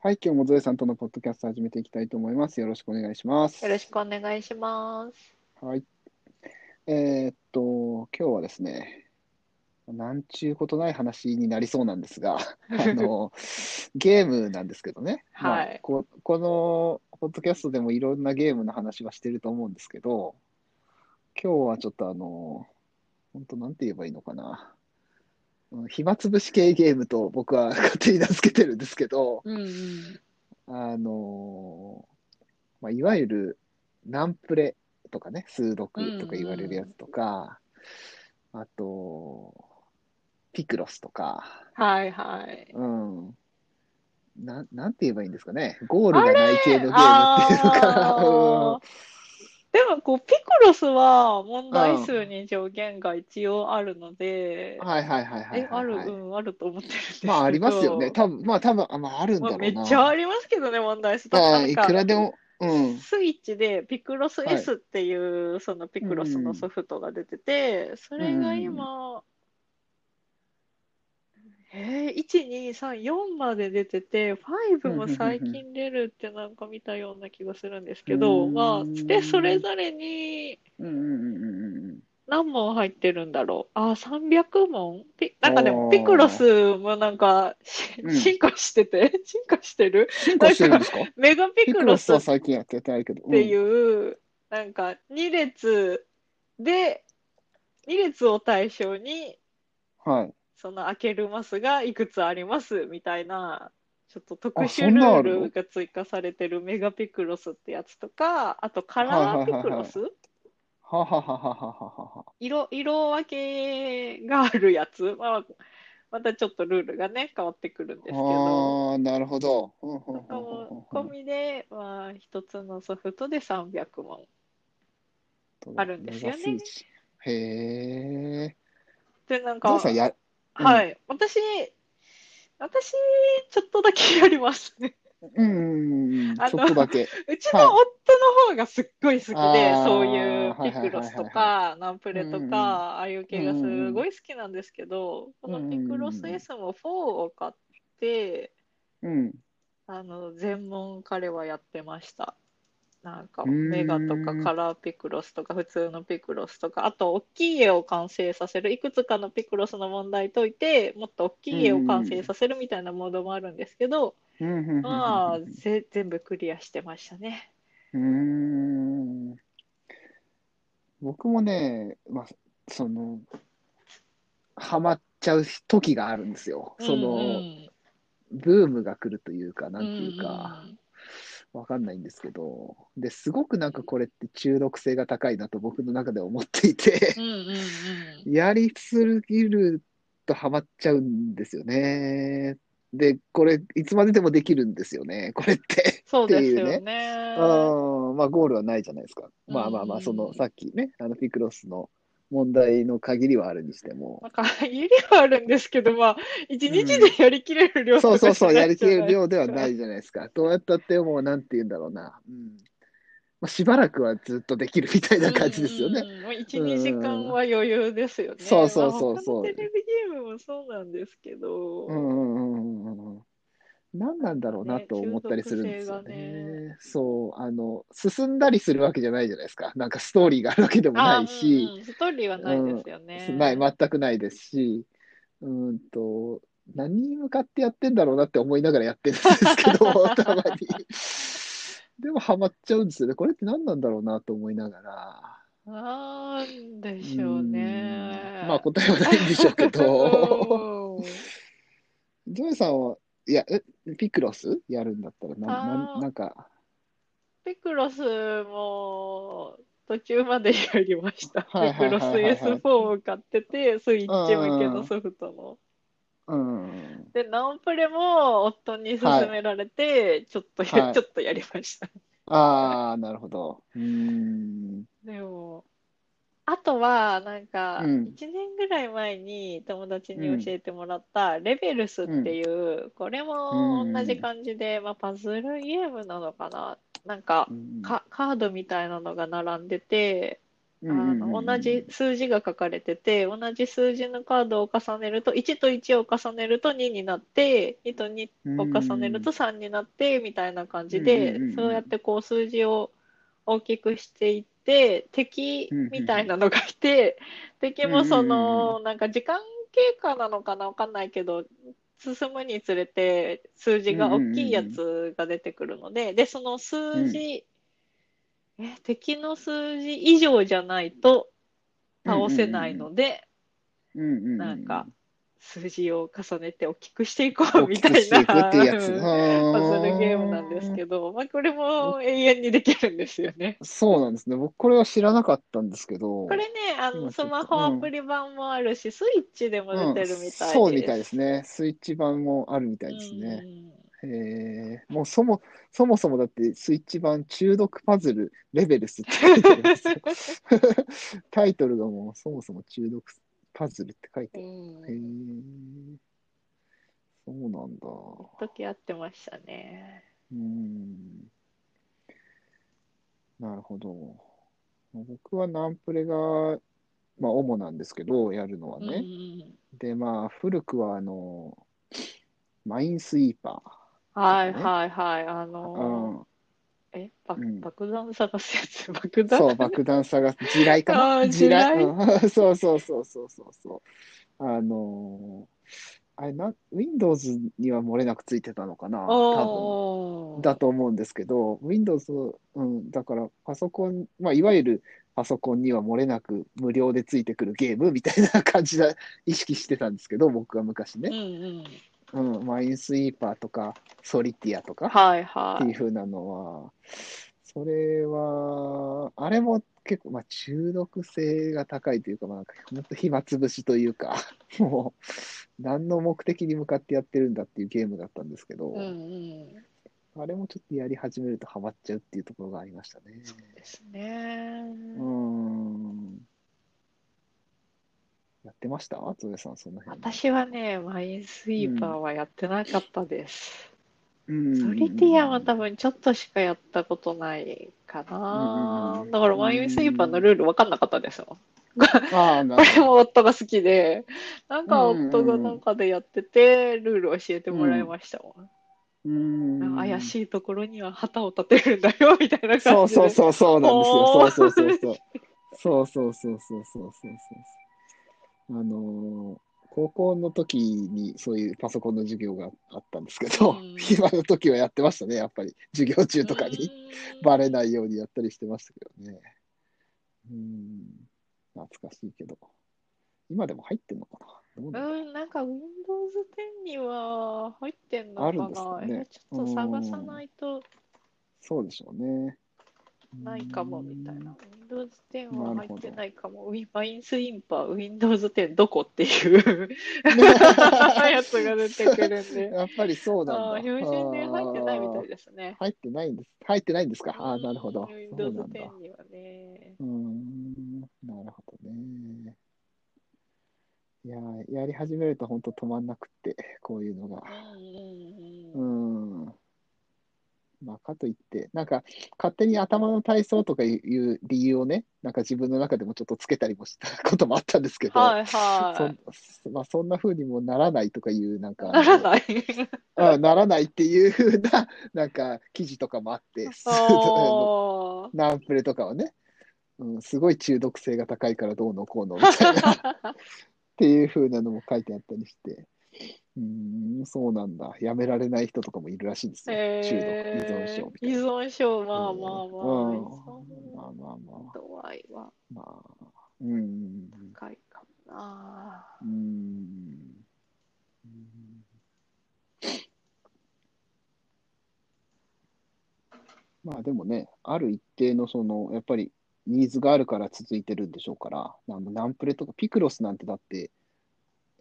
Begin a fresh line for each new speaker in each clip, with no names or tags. はい、今日もゾエさんとのポッドキャスト始めていきたいと思います。よろしくお願いします。
よろしくお願いします。
はい。えーっと、今日はですね、なんちゅうことない話になりそうなんです が、あの、ゲームなんですけどね。
はい
まあこ。このポッドキャストでもいろんなゲームの話はしてると思うんですけど、今日はちょっとあの、本当なんて言えばいいのかな。うん暇つぶし系ゲームと僕は勝手に名付けてるんですけど、
うんうん。
あのーまあ、いわゆるナンプレとかね、数読とか言われるやつとか、あと、ピクロスとか、
はいはい。
うん。なん、なんて言えばいいんですかね。ゴールがない系のゲームっていうのかな。
あーでもこう、ピクロスは問題数に上限が一応あるので
うん、はいはいはいはい
え、あ
はい
る、
はい。
うん、あると思ってるんですけど。
まあありますよね。多分、まあ多分、あまああるん
ま
だろ
あ、
う
めっ
な。
ちゃありますけどね、問題数。だ
は
って
い、い
なんか
くらでも、うん。
スイッチでピクロス
はい
S っていうそのピクロスのソフトが出てて、それが今、えー、1、2、3、4まで出てて、5も最近出るってなんか見たような気がするんですけど、
うん
まあ、で、それぞれに
うんうんうんうんうん。
何問入ってるんだろう。あー、300問ピなんかで
お
も
ー
ピクロスもなんかし
うん
進化してて、進化してる
進化してるんですか
メガ ピ
ピ
ク
ク
ロ
ロス
スっ
は最近やってないけど。
っ
うん
ていう、なんか2列で2列を対象に
はい。
その開けるマスがいくつありますみたいなちょっと特
あそ
殊
ん
ル
なんあ
ー
るの
ルが追加されてるメガピクロスってやつとかあとカラーピクロス、
ははははははは。
色色分けがあるやつ、まあ、またちょっとルールがね変わってくるんですけど。
ああー、なるほど。うんうんうん
とかも
うんう
込
ん
みで、まあ、一つのソフトで300問あるんですよね
メガスイッチへえ。
でなん
ゾ
か
ウさんや、うん
はい。私、私、ちょっとだけやります。 う
うんうんうん、ちょ
あ
っ
の
とだけ。
ち
はい
の夫の方がすっごい好きで、
あー
そういうピクロスとか、ナンプレと
うんうん
か、ああいう系がすごい好きなんですけど、このピクロス S も4を買って、
うん。
あの、全問彼はやってました。なんか、
うん
メガとかカラーピクロスとか、普通のピクロスとか、あと、大きい絵を完成させる、いくつかのピクロスの問題解いて、もっと大きい絵を完成させるみたいなモードもあるんですけど、
うんうんうんうん
まあ、ぜ全部クリアしてましたね。
うん。うーん。僕もね、まあ、その、ハマっちゃう時があるんですよ。その、
うん
ブームが来るというか、
う
なんんていうか。わかんないんですけど、で、すごくなんかこれって中毒性が高いなと僕の中で思っていて
う、んうんうん
やりすぎるとハマっちゃうんですよね。で、これ、いつまででもできるんですよね、これって。
そうですよ
っていうう
ね。
ん、まあゴールはないじゃないですか。まあまあま
う
あ、
ん
そのさっきね、あのピクロスの問題の限りはあるにしても、
なんか、家ではあるんですけど、まあ、一日でやりきれる量
そうそうそう、
とかじゃ
やりきれ る
ない
量ではないじゃないですか。どうやったってもう、なんて言うんだろうな。うん。まあ、しばらくはずっとできるみたいな感じですよね
うん。うんうん。もう1、2時間は余裕ですよね。
そうそうそうそう
まあ他のテレビゲームもそうなんですけど、
うんうんうんうんうん何なんだろうなと思ったりするんですよね。
ね中毒性
そう、あの、進んだりするわけじゃないじゃないですか。なんかストーリーがあるわけでも
あ
ないし、
うんうん、ストーリーはないですよね。
ない、全くないですし、うーんと、何に向かってやってんだろうなって思いながらやってるんですけ ど、たまに。でもハマっちゃうんですよね。これって何なんだろうなと思いながら。
なんでしょうね
う。んまあ答えはないんでしょうけ ど。
うん
ジョイさんは、いや、え、ピクロスやるんだったら、な、
あ
な
ー
ん、なんか、
ピクロスも途中までやりました。
はい
ピ
はい
クロス
はいはい
S4 を買ってて、スイッチ向けのソフトの。
うん。
で、ナオプレも夫に勧められて、ちょっとや、
はい
ちょっとやりました。
ああ、なるほど。うーん。
でも、あとは、なんか、
うん
1年ぐらい前に友達に教えてもらった、レベルスっていう、これも同じ感じで、まあ、パズルゲームなのかな。なんか
う、ん
か、カードみたいなのが並んでて、
う
あ
んうんうんう
の
ん
同じ数字が書かれてて同じ数字のカードを重ねると1と1を重ねると2になって2と2を重ねると3になってみたいな感じ
うんうんうんう
で
ん
そうやってこう数字を大きくしていって敵みたいなのがいて敵もそのなんか時間経過なのかなわかんないけど進むにつれて数字が大きいやつが出てくるのででその数字え敵の数字以上じゃないと倒せないので
うんうんうん
なんか数字を重ねて大きくしていこう
大
み
き
た
く
い
していく
な
っていうやつ。
うんパズ
パ
ルゲームなんですけど、まあ、これも永遠にできるんですよね。
そうなんですね。僕、これは知らなかったんですけど。
これね、あの
今ち
ス
ょっと
マホアプリ版もあるし、スイッチでも出てるみたいです。
うんそうみたいですね。スイッチ版もあるみたいですね。へえもうそもそもそもだってスイッチ版中毒パズルレベルスって書いてありますよ タイトルがもうそもそも中毒パズルって書いて
う
ある。
ん。う
へえ
ん。
そうなんだ。
時あってましたね。
うん。なるほど。僕はナンプレが、まあ、主なんですけど、やるのは
うんう
ね。
ん
で、まあ、古くは、あの、マインスイーパ
うんはいはいはい。あ
ー。
の
う
ー、え、ば
うん
爆弾探すや つ、爆
ん。
弾
そう、爆弾探す。地雷か
あ
な
ー
地雷。
地
うん そうそうそうそうそうそう。あのーあれな、Windows には漏れなくついてたのかな多
お
分。
ー
だと思うんですけど、Windows、うん、だからパソコン、まあ、いわゆるパソコンには漏れなく無料でついてくるゲームみたいな感じだ、意識してたんですけど、僕は昔ね
うん。うん。
うん、マインスイーパーとか、ソリティアとか
は
っ
い
て
は
いう
い。
風なのは、それは、あれも結構、まあ、中毒性が高いというか、まあ、なんか本当暇つぶしというか、 もう、何の目的に向かってやってるんだっていうゲームだったんですけど、
うんうん。
あれもちょっとやり始めるとハマっちゃうっていうところがありましたね。
ですね。
うーん。やってましたゾエさん、その辺。
私はね、マインスイーパーはやってなかったです。
うん
ソリティアは多分ちょっとしかやったことないかな。
うん
だからマインスイーパーのルール分かんなかったですもん。
ああ、な
こ
る
れ
ほど。
も夫が好きで、なんか
うんうんうん
夫がなんかでやってて、ルール教えてもらいましたもん。
うーん。
なんか 怪しいところには旗を立てるんだよ、 みた いな
そ
感
う
じ
そう
で。
そうそうなんですよ。
お
そうそ
ー
うそうそう。そうそうそうそうそうそうそう。あのー高校の時にそういうパソコンの授業があったんですけど、
うん
今の時はやってましたね、やっぱり。授業中とかに。
うん
バレないようにやったりしてましたけどね。うん。懐かしいけど。今でも入ってんのかなどうなの
うん、なんか Windows 10には入ってんの
あるん
か
です
な
かね
えちょっと探さないと
そうでしょうね。
ないかもみたいな。Windows 10は
なる
入
ほ
っ
ど
てないかも。ウィマインスインパー、Windows 10どこっていう
うん。
やつが出てくるんで。
やっぱりそうなんだ。
ああ、標準で入ってないみたいですね。
入ってないんです。入ってないんですか。ああ、なるほど。
うん
そう
Windows
なんだ。
10にはね。
うーん、なるほどね。いやー、やり始めると本当止まんなくって、こういうのが。う
うん
ー
うんうん。
ん。まあ、かといって、なんか、勝手に頭の体操とかいう理由をね、なんか自分の中でもちょっとつけたりもしたこともあったんですけど、
はいはい。
そんまあ、そんな風にもならないとかいう、なんか、
なら ない。
あならないっていう風な、なんか、記事とかもあって、
そう。
ナンプレとかはね、うん、すごい中毒性が高いからどうのこうのみたいなっていう風なのも書いてあったりして、うーん、そうなんだ、やめられない人とかもいるらしいんですよ、中毒依存症みたい
依
な。
存症、まあまあまあ。
うん
依
まあまあま
存
あ、
度合いは
まあ、うん、
高いかもな。
うん、うんまあでもね、ある一定のその、やっぱりニーズがあるから続いてるんでしょうから、あのナンプレとかピクロスなんてだって、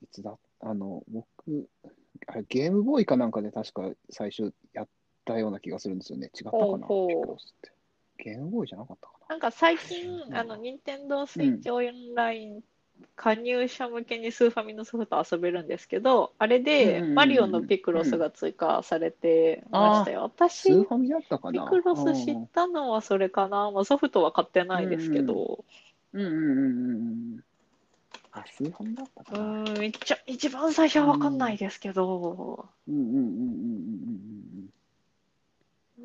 いつだ、あの、僕、あれゲームボーイかなんかで確か最初やったような気がするんですよね。違ったかな、
ほうほう
ピクロスって。ゲームボーイじゃなかったか
なんか最近
う、ん
あの、任天堂スイッチオンライン、加入者向けにスーファミのソフト遊べるんですけど、あれ
うん
で
うんうん
マリオのピクロスが追加されてましたよ。
な。スー
私、
ファミだったか
ピ
な。
クロス知
う
っ
ん
たのはそれかな。まあ、ソフトは買ってないですけど、
うんうんうんうんうん。あ、数本だった
う
かな。
ーん、一応一番最初は分かんないですけど、
うんうんうんうんうん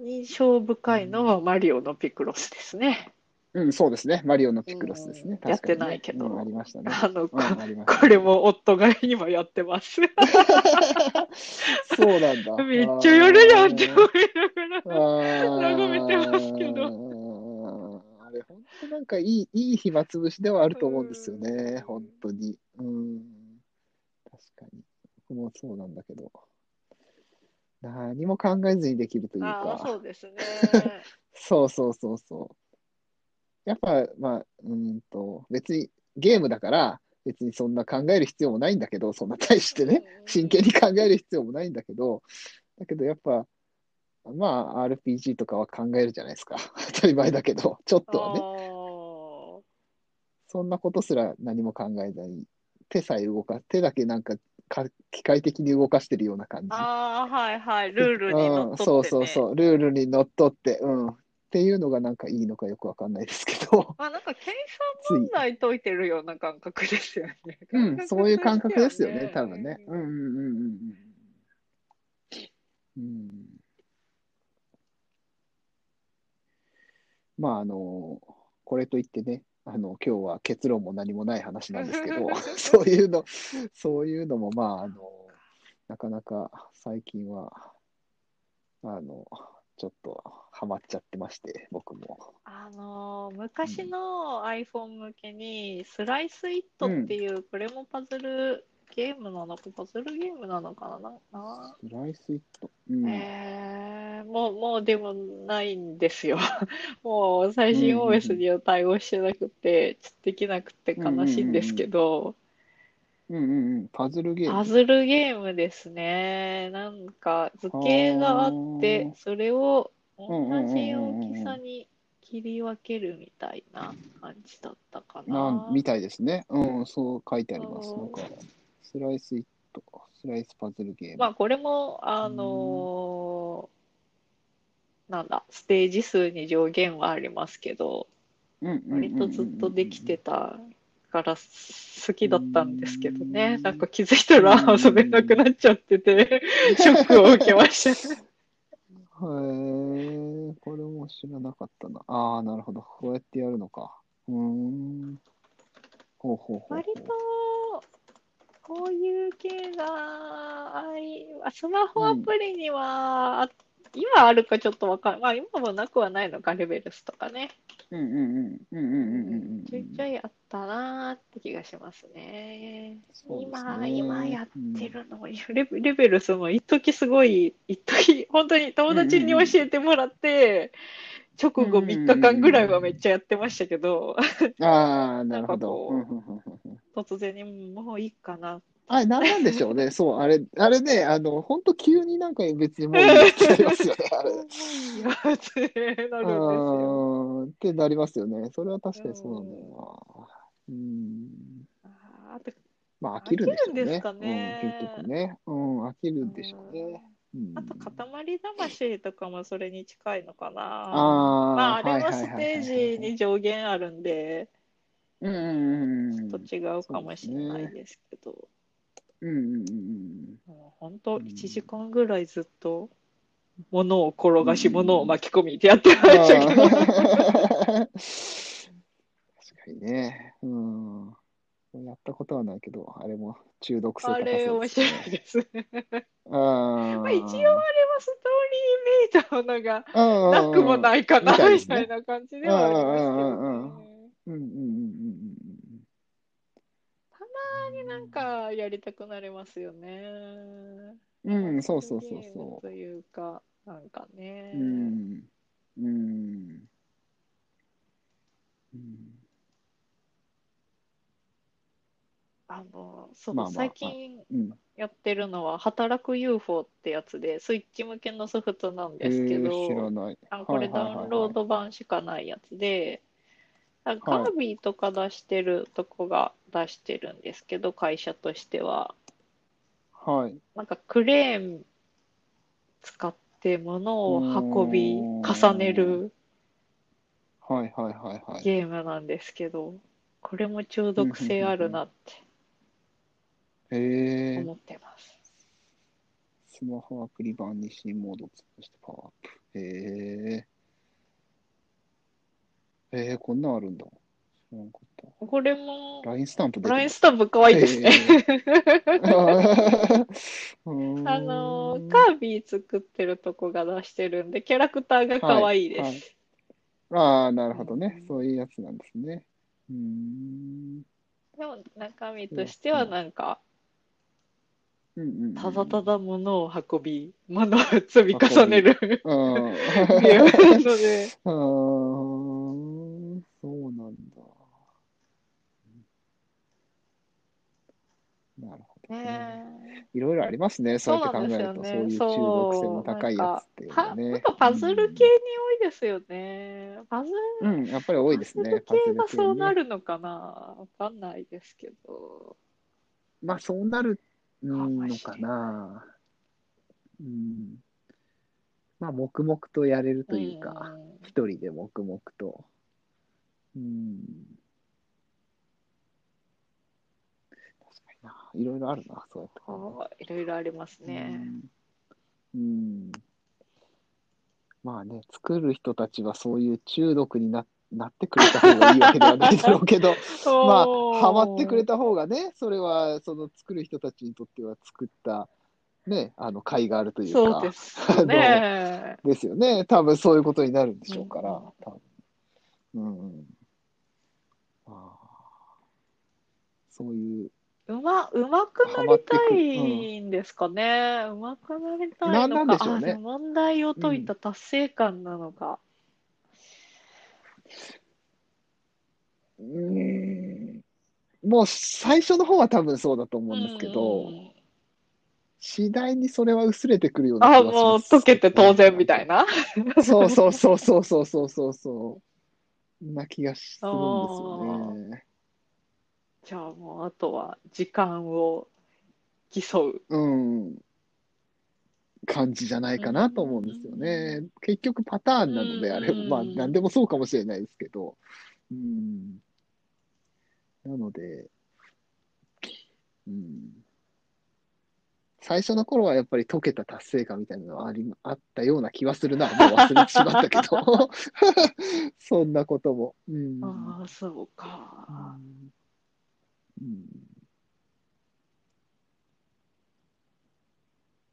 印象深いのはマリオのピクロスですね。
うん。うん、そうですね。マリオのピクロスですね。
うん
確かにね
やってないけど
うんありましたね。
あの、
う
こ
ん、ありました。
これも夫が今やってます。
そうなんだ。
めっちゃやるやんって思いながら。
眺
眺めてますけ
ど。あれ、本当なんかいい、いい暇つぶしではあると思うんですよ
う
ね
ん。
本当に。うん。確かに。僕もそうなんだけど。何も考えずにできるという
ああ、
か。
そ うですね。
そうそうそうそう。やっぱ、まあ、うーんと、別にゲームだから、別にそんな考える必要もないんだけど、そんな大してね、真剣に考える必要もないんだけど、だけどやっぱ、まあ、RPG とかは考えるじゃないですか。当たり前だけど、ちょっとはね。
と
そんなことすら何も考えない。手さえ動か、手だけなんかか機械的に動かしてるような感じ。
ああ、はいはい。ルールにのっとって、ね。
うん、そうそうそう、ルールにのっとって、うん。っていうのがなんかいいのかよくわかんないですけど、
まあなんか計
つ
算問
い、
題解いてるような感覚ですよね。
うん、そういう感覚ですよね、多分ね。
う
うんんうんうんうんうん。うん。まあ、あの、これといってね、あの、今日は結論も何もない話なんですけ ど、そういうの、そういうのも、まあ、あの、なかなか最近は、あの、ちょっとハマっちゃってまして、僕も。
あのー昔の iPhone 向けにスライスイットっていうこれもパズルゲームなのかパズルゲームなのかなな、
スライスイット。うん。
えーもうもうでもないんですよ もう最新
うんうんうん
OS には対応してなくてちょっとできなくて悲しいんですけど
うんうんうん。パズルゲーム。
パズルゲームですねなんか図形があって
あー
それを同じ
うんうんうんうんう
大
ん
きさに切り分けるみたいな感じだったか
な
なん
みたいですね。うん、そう書いてあります。
うん
なんか、スライスイット、スライスパズルゲーム。
まあこれもあのーなんだステージ数に上限はありますけど
うんうんうんうん
割とずっとできてたから好きだったんですけどね
うん
なんか気づいたら
うん
遊べなくなっちゃって てショックを受けましたね。
へえ、これも知らなかったな。ああ、なるほど。こうやってやるのか。うーん。ほうほうほうほう。
割とこういう系がありスマホアプリには、あ今あるかちょっとわかんまあ今もなくはないのかレベルスとかね。
うんうんうん。うんうんうんうんうん。
ちょいちょいあったなーって気がしますね。
そうです
今、
ね
今やってるの、レベレベルスも一時すごい、一時本当に友達に教えてもらって、直後
うんうんうん
3日間ぐらいはめっちゃやってましたけど、
ああ、なるほど。
なん
うんうんうんうん
突然にもういいかな。
あれ、なんなんでしょうね。そう、あれ、あれね、あの、本当急になんか別にもういいってなりますよね、あれ。
もういいよってなるんですよ。
あーってなりますよね。それは確かにそうなんだよな。うん。
あーあと
まあ、飽きるんでしょうね。
飽きるんですかね
うん、結局ね。うん、飽きるんでしょうね。うん、
あと、塊魂とかもそれに近いのかな。
あ
まあ、
あ
あ
ー、
れ
は
はい
はい
ス
はい
テージに上限あるんで、
うんうんうんうん。
ちょっと違うかもしれないですけど、
うんうんうん
もう本当、
うん
1時間ぐらいずっと、物を転がし、物を巻き込みってやってま
あ
したけど、
ー確かにね。うん。やったことはないけど、あれも中毒性高
あ
そう
れ、面白いですね。
あー
まあ、一応、あれはストーリーメイトのが、
うん
なくも
い。
ないかな、
みたいで
み
すね
たいな感じではあり
うんうんうん
ます
う
けどね。
うんうんうんうんうん。
たまになんかやりたくなりますよね。
うん、そうそうそうそ
というか、なんかね
う。。うん。うん。うん
あの、そう、
まあまあ
最近
うん。
やってるのは、働く UFO ってやつで、スイッチ向けのソフトなんですけ
えー知ら
ど、
ない。
あ、これ
はいはい
ダ
はいはい
ウンロード版しかないやつで、あカ
はい
ービィとか出してるとこが出してるんですけど、会社としては。
はい。
なんかクレーン使って物を運び、
うん
重ねる
はいはいはいはい。
ゲームなんですけど、これも中毒性あるなって
へえ
思ってます。
スマホアプリ版に新モードを追加してパワーアップ。へえ。へえ、こんなんあるんだ。知らんかっ
これも
た。ラインスタンプ出て
ライン
る。
スタンプ可愛いですね。あ
あ
のーカービィ作ってるとこが出してるんで、キャラクターが可愛いです。
はいああ、なるほどね
う。ん
そういうやつなんですね。うーん。
でも中身としてはなんか、
うんうんうん
ただただ物を運び、物を積み重ねる
うん
ゲームなので、
あーそうなんだ。なるほどね。
ね
いろいろありますね。そうやって考えると、そういう中毒性の高いやつっていうのは
はやっ
ね。
ぱパズル系に多いですよね。パズル
うん、うんやっぱり多いですね。
パズル系が
パズル系
そうな
ね。
るのかなわかんないですけど。
まあ、そうなるの
か
か
もしれ
な。うん。まあ、黙々とやれるというか、
ん
一人で黙々と。うん。確かにな。いろいろあるな、そうやって考えると
はいいろいろありますね。
うん。うんまあね、作る人たちはそういう中毒にななってくれた方がいいわけではないだろうけど、まあ、ハマってくれ
た。
た方がね、それは、その作る人たちにとっては作った、ね、あの、甲斐があるというか、
そうですね。
ですよね。多分そういうことになるんでしょうから、
うん
多分。うんうん。ああ。そういう、
うま、うまくなりたいんですかね。うまくなりたいのか。
なんなんでしょうね
あ問題を解いた達成感なのか。
うーんもう最初の方は多分そうだと思うんですけど、
うん
次第にそれは薄れてくるような
あ、
気がし
もう
ます
溶けて当然みたいな。
そうそうそうそうそうそうそうそう。な気がするんですよね。
じゃあもうあとは時間を競う。
うん。感じじゃないかなと思うんですよね。結局パターンなのであれば、
うん
まあ何でもそうかもしれないですけど。うん。なので、うん。最初の頃はやっぱり解けた達成感みたいなのはあり、あったような気はするな。もう忘れてしまったけ ど。そんなことも。うん。
ああ、そうか。
うん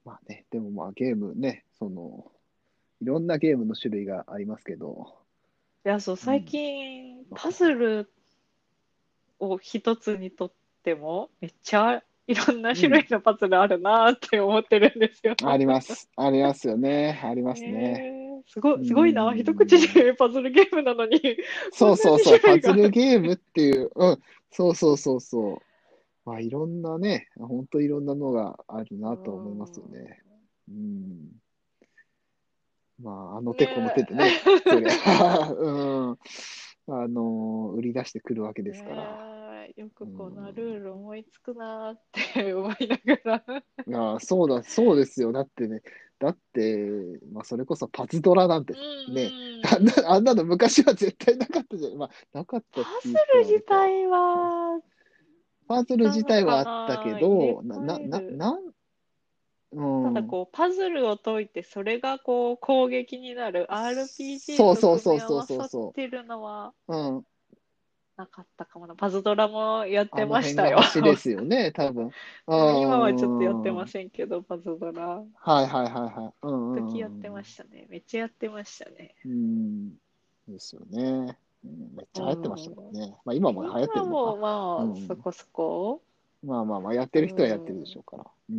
まあね、でもまあゲームね、その、いろんなゲームの種類がありますけど、
いや、そう、最近、パズルを一つにとっても、めっちゃいろんな種類のパズルあるなーって思ってるんですよ。
あります。ありますよね。ありますね。
えーすごい、すごいな、
うん
一口で言うパズルゲームな のに、
そうそうそう、
こんな
パ
に種
ズ
類
ルゲームっていう、うん、そうそうそうそう。まあいろんなね、ほんといろんなのがあるなと思いますよね。うん。まあ、あの手この手でね、 そりゃ、うん、あの売り出してくるわけですから。
ねえよくこのルール思いつくなーって思いながら。
いやーそうだ、そうですよ。だってね、だって、まあ、それこそパズドラなんて、ねあんな、あんなの昔は絶対なかったじゃん。まあ、なかった
パ
ってい
ズ
う
ル自
とあれか
体は、
パズル自体はあったけど、な、な、
入れ替
な、
える
なん、う
た
ん。
だこうパズルを解いてそれがこう攻撃になる RPG
そうそ
と
うそう
組み合
そう
わ
そう
さってるのは
うん。
なかったかもなパズドラもやっ
あ
て
の
ました
辺が
よ
星ですよね、多分。うん
今はちょっとやってませんけどパズドラ
はいはいはいはい。うんうんうん。
時やってましたねめっちゃやってましたね
うん。ですよね。うんめっちゃ流行ってましたもんね。まあ、今も流行ってる
今
のか
も。まあ、
うん
そこそ こ
まあまあまあ、やってる人はやってるでしょうから。うん。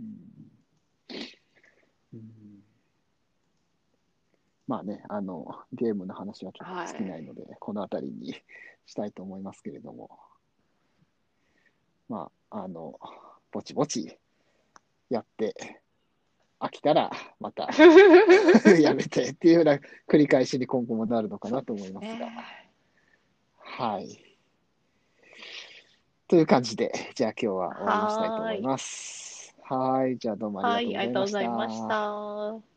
うんうんまあね、あの、ゲームの話はちょっと尽きないので、この辺りにしたいと思いますけれども。まあ、あの、ぼちぼちやって、飽きたらまた やめてっていうような繰り返しに今後もなるのかなと思いますが。はい。という感じで、じゃあ今日は終わりにしたいと思います。はい。じゃあどうも
は
あり
いあ
が
り
と
が
うご
とうござ
ざい
い
ま
ま
し。
したた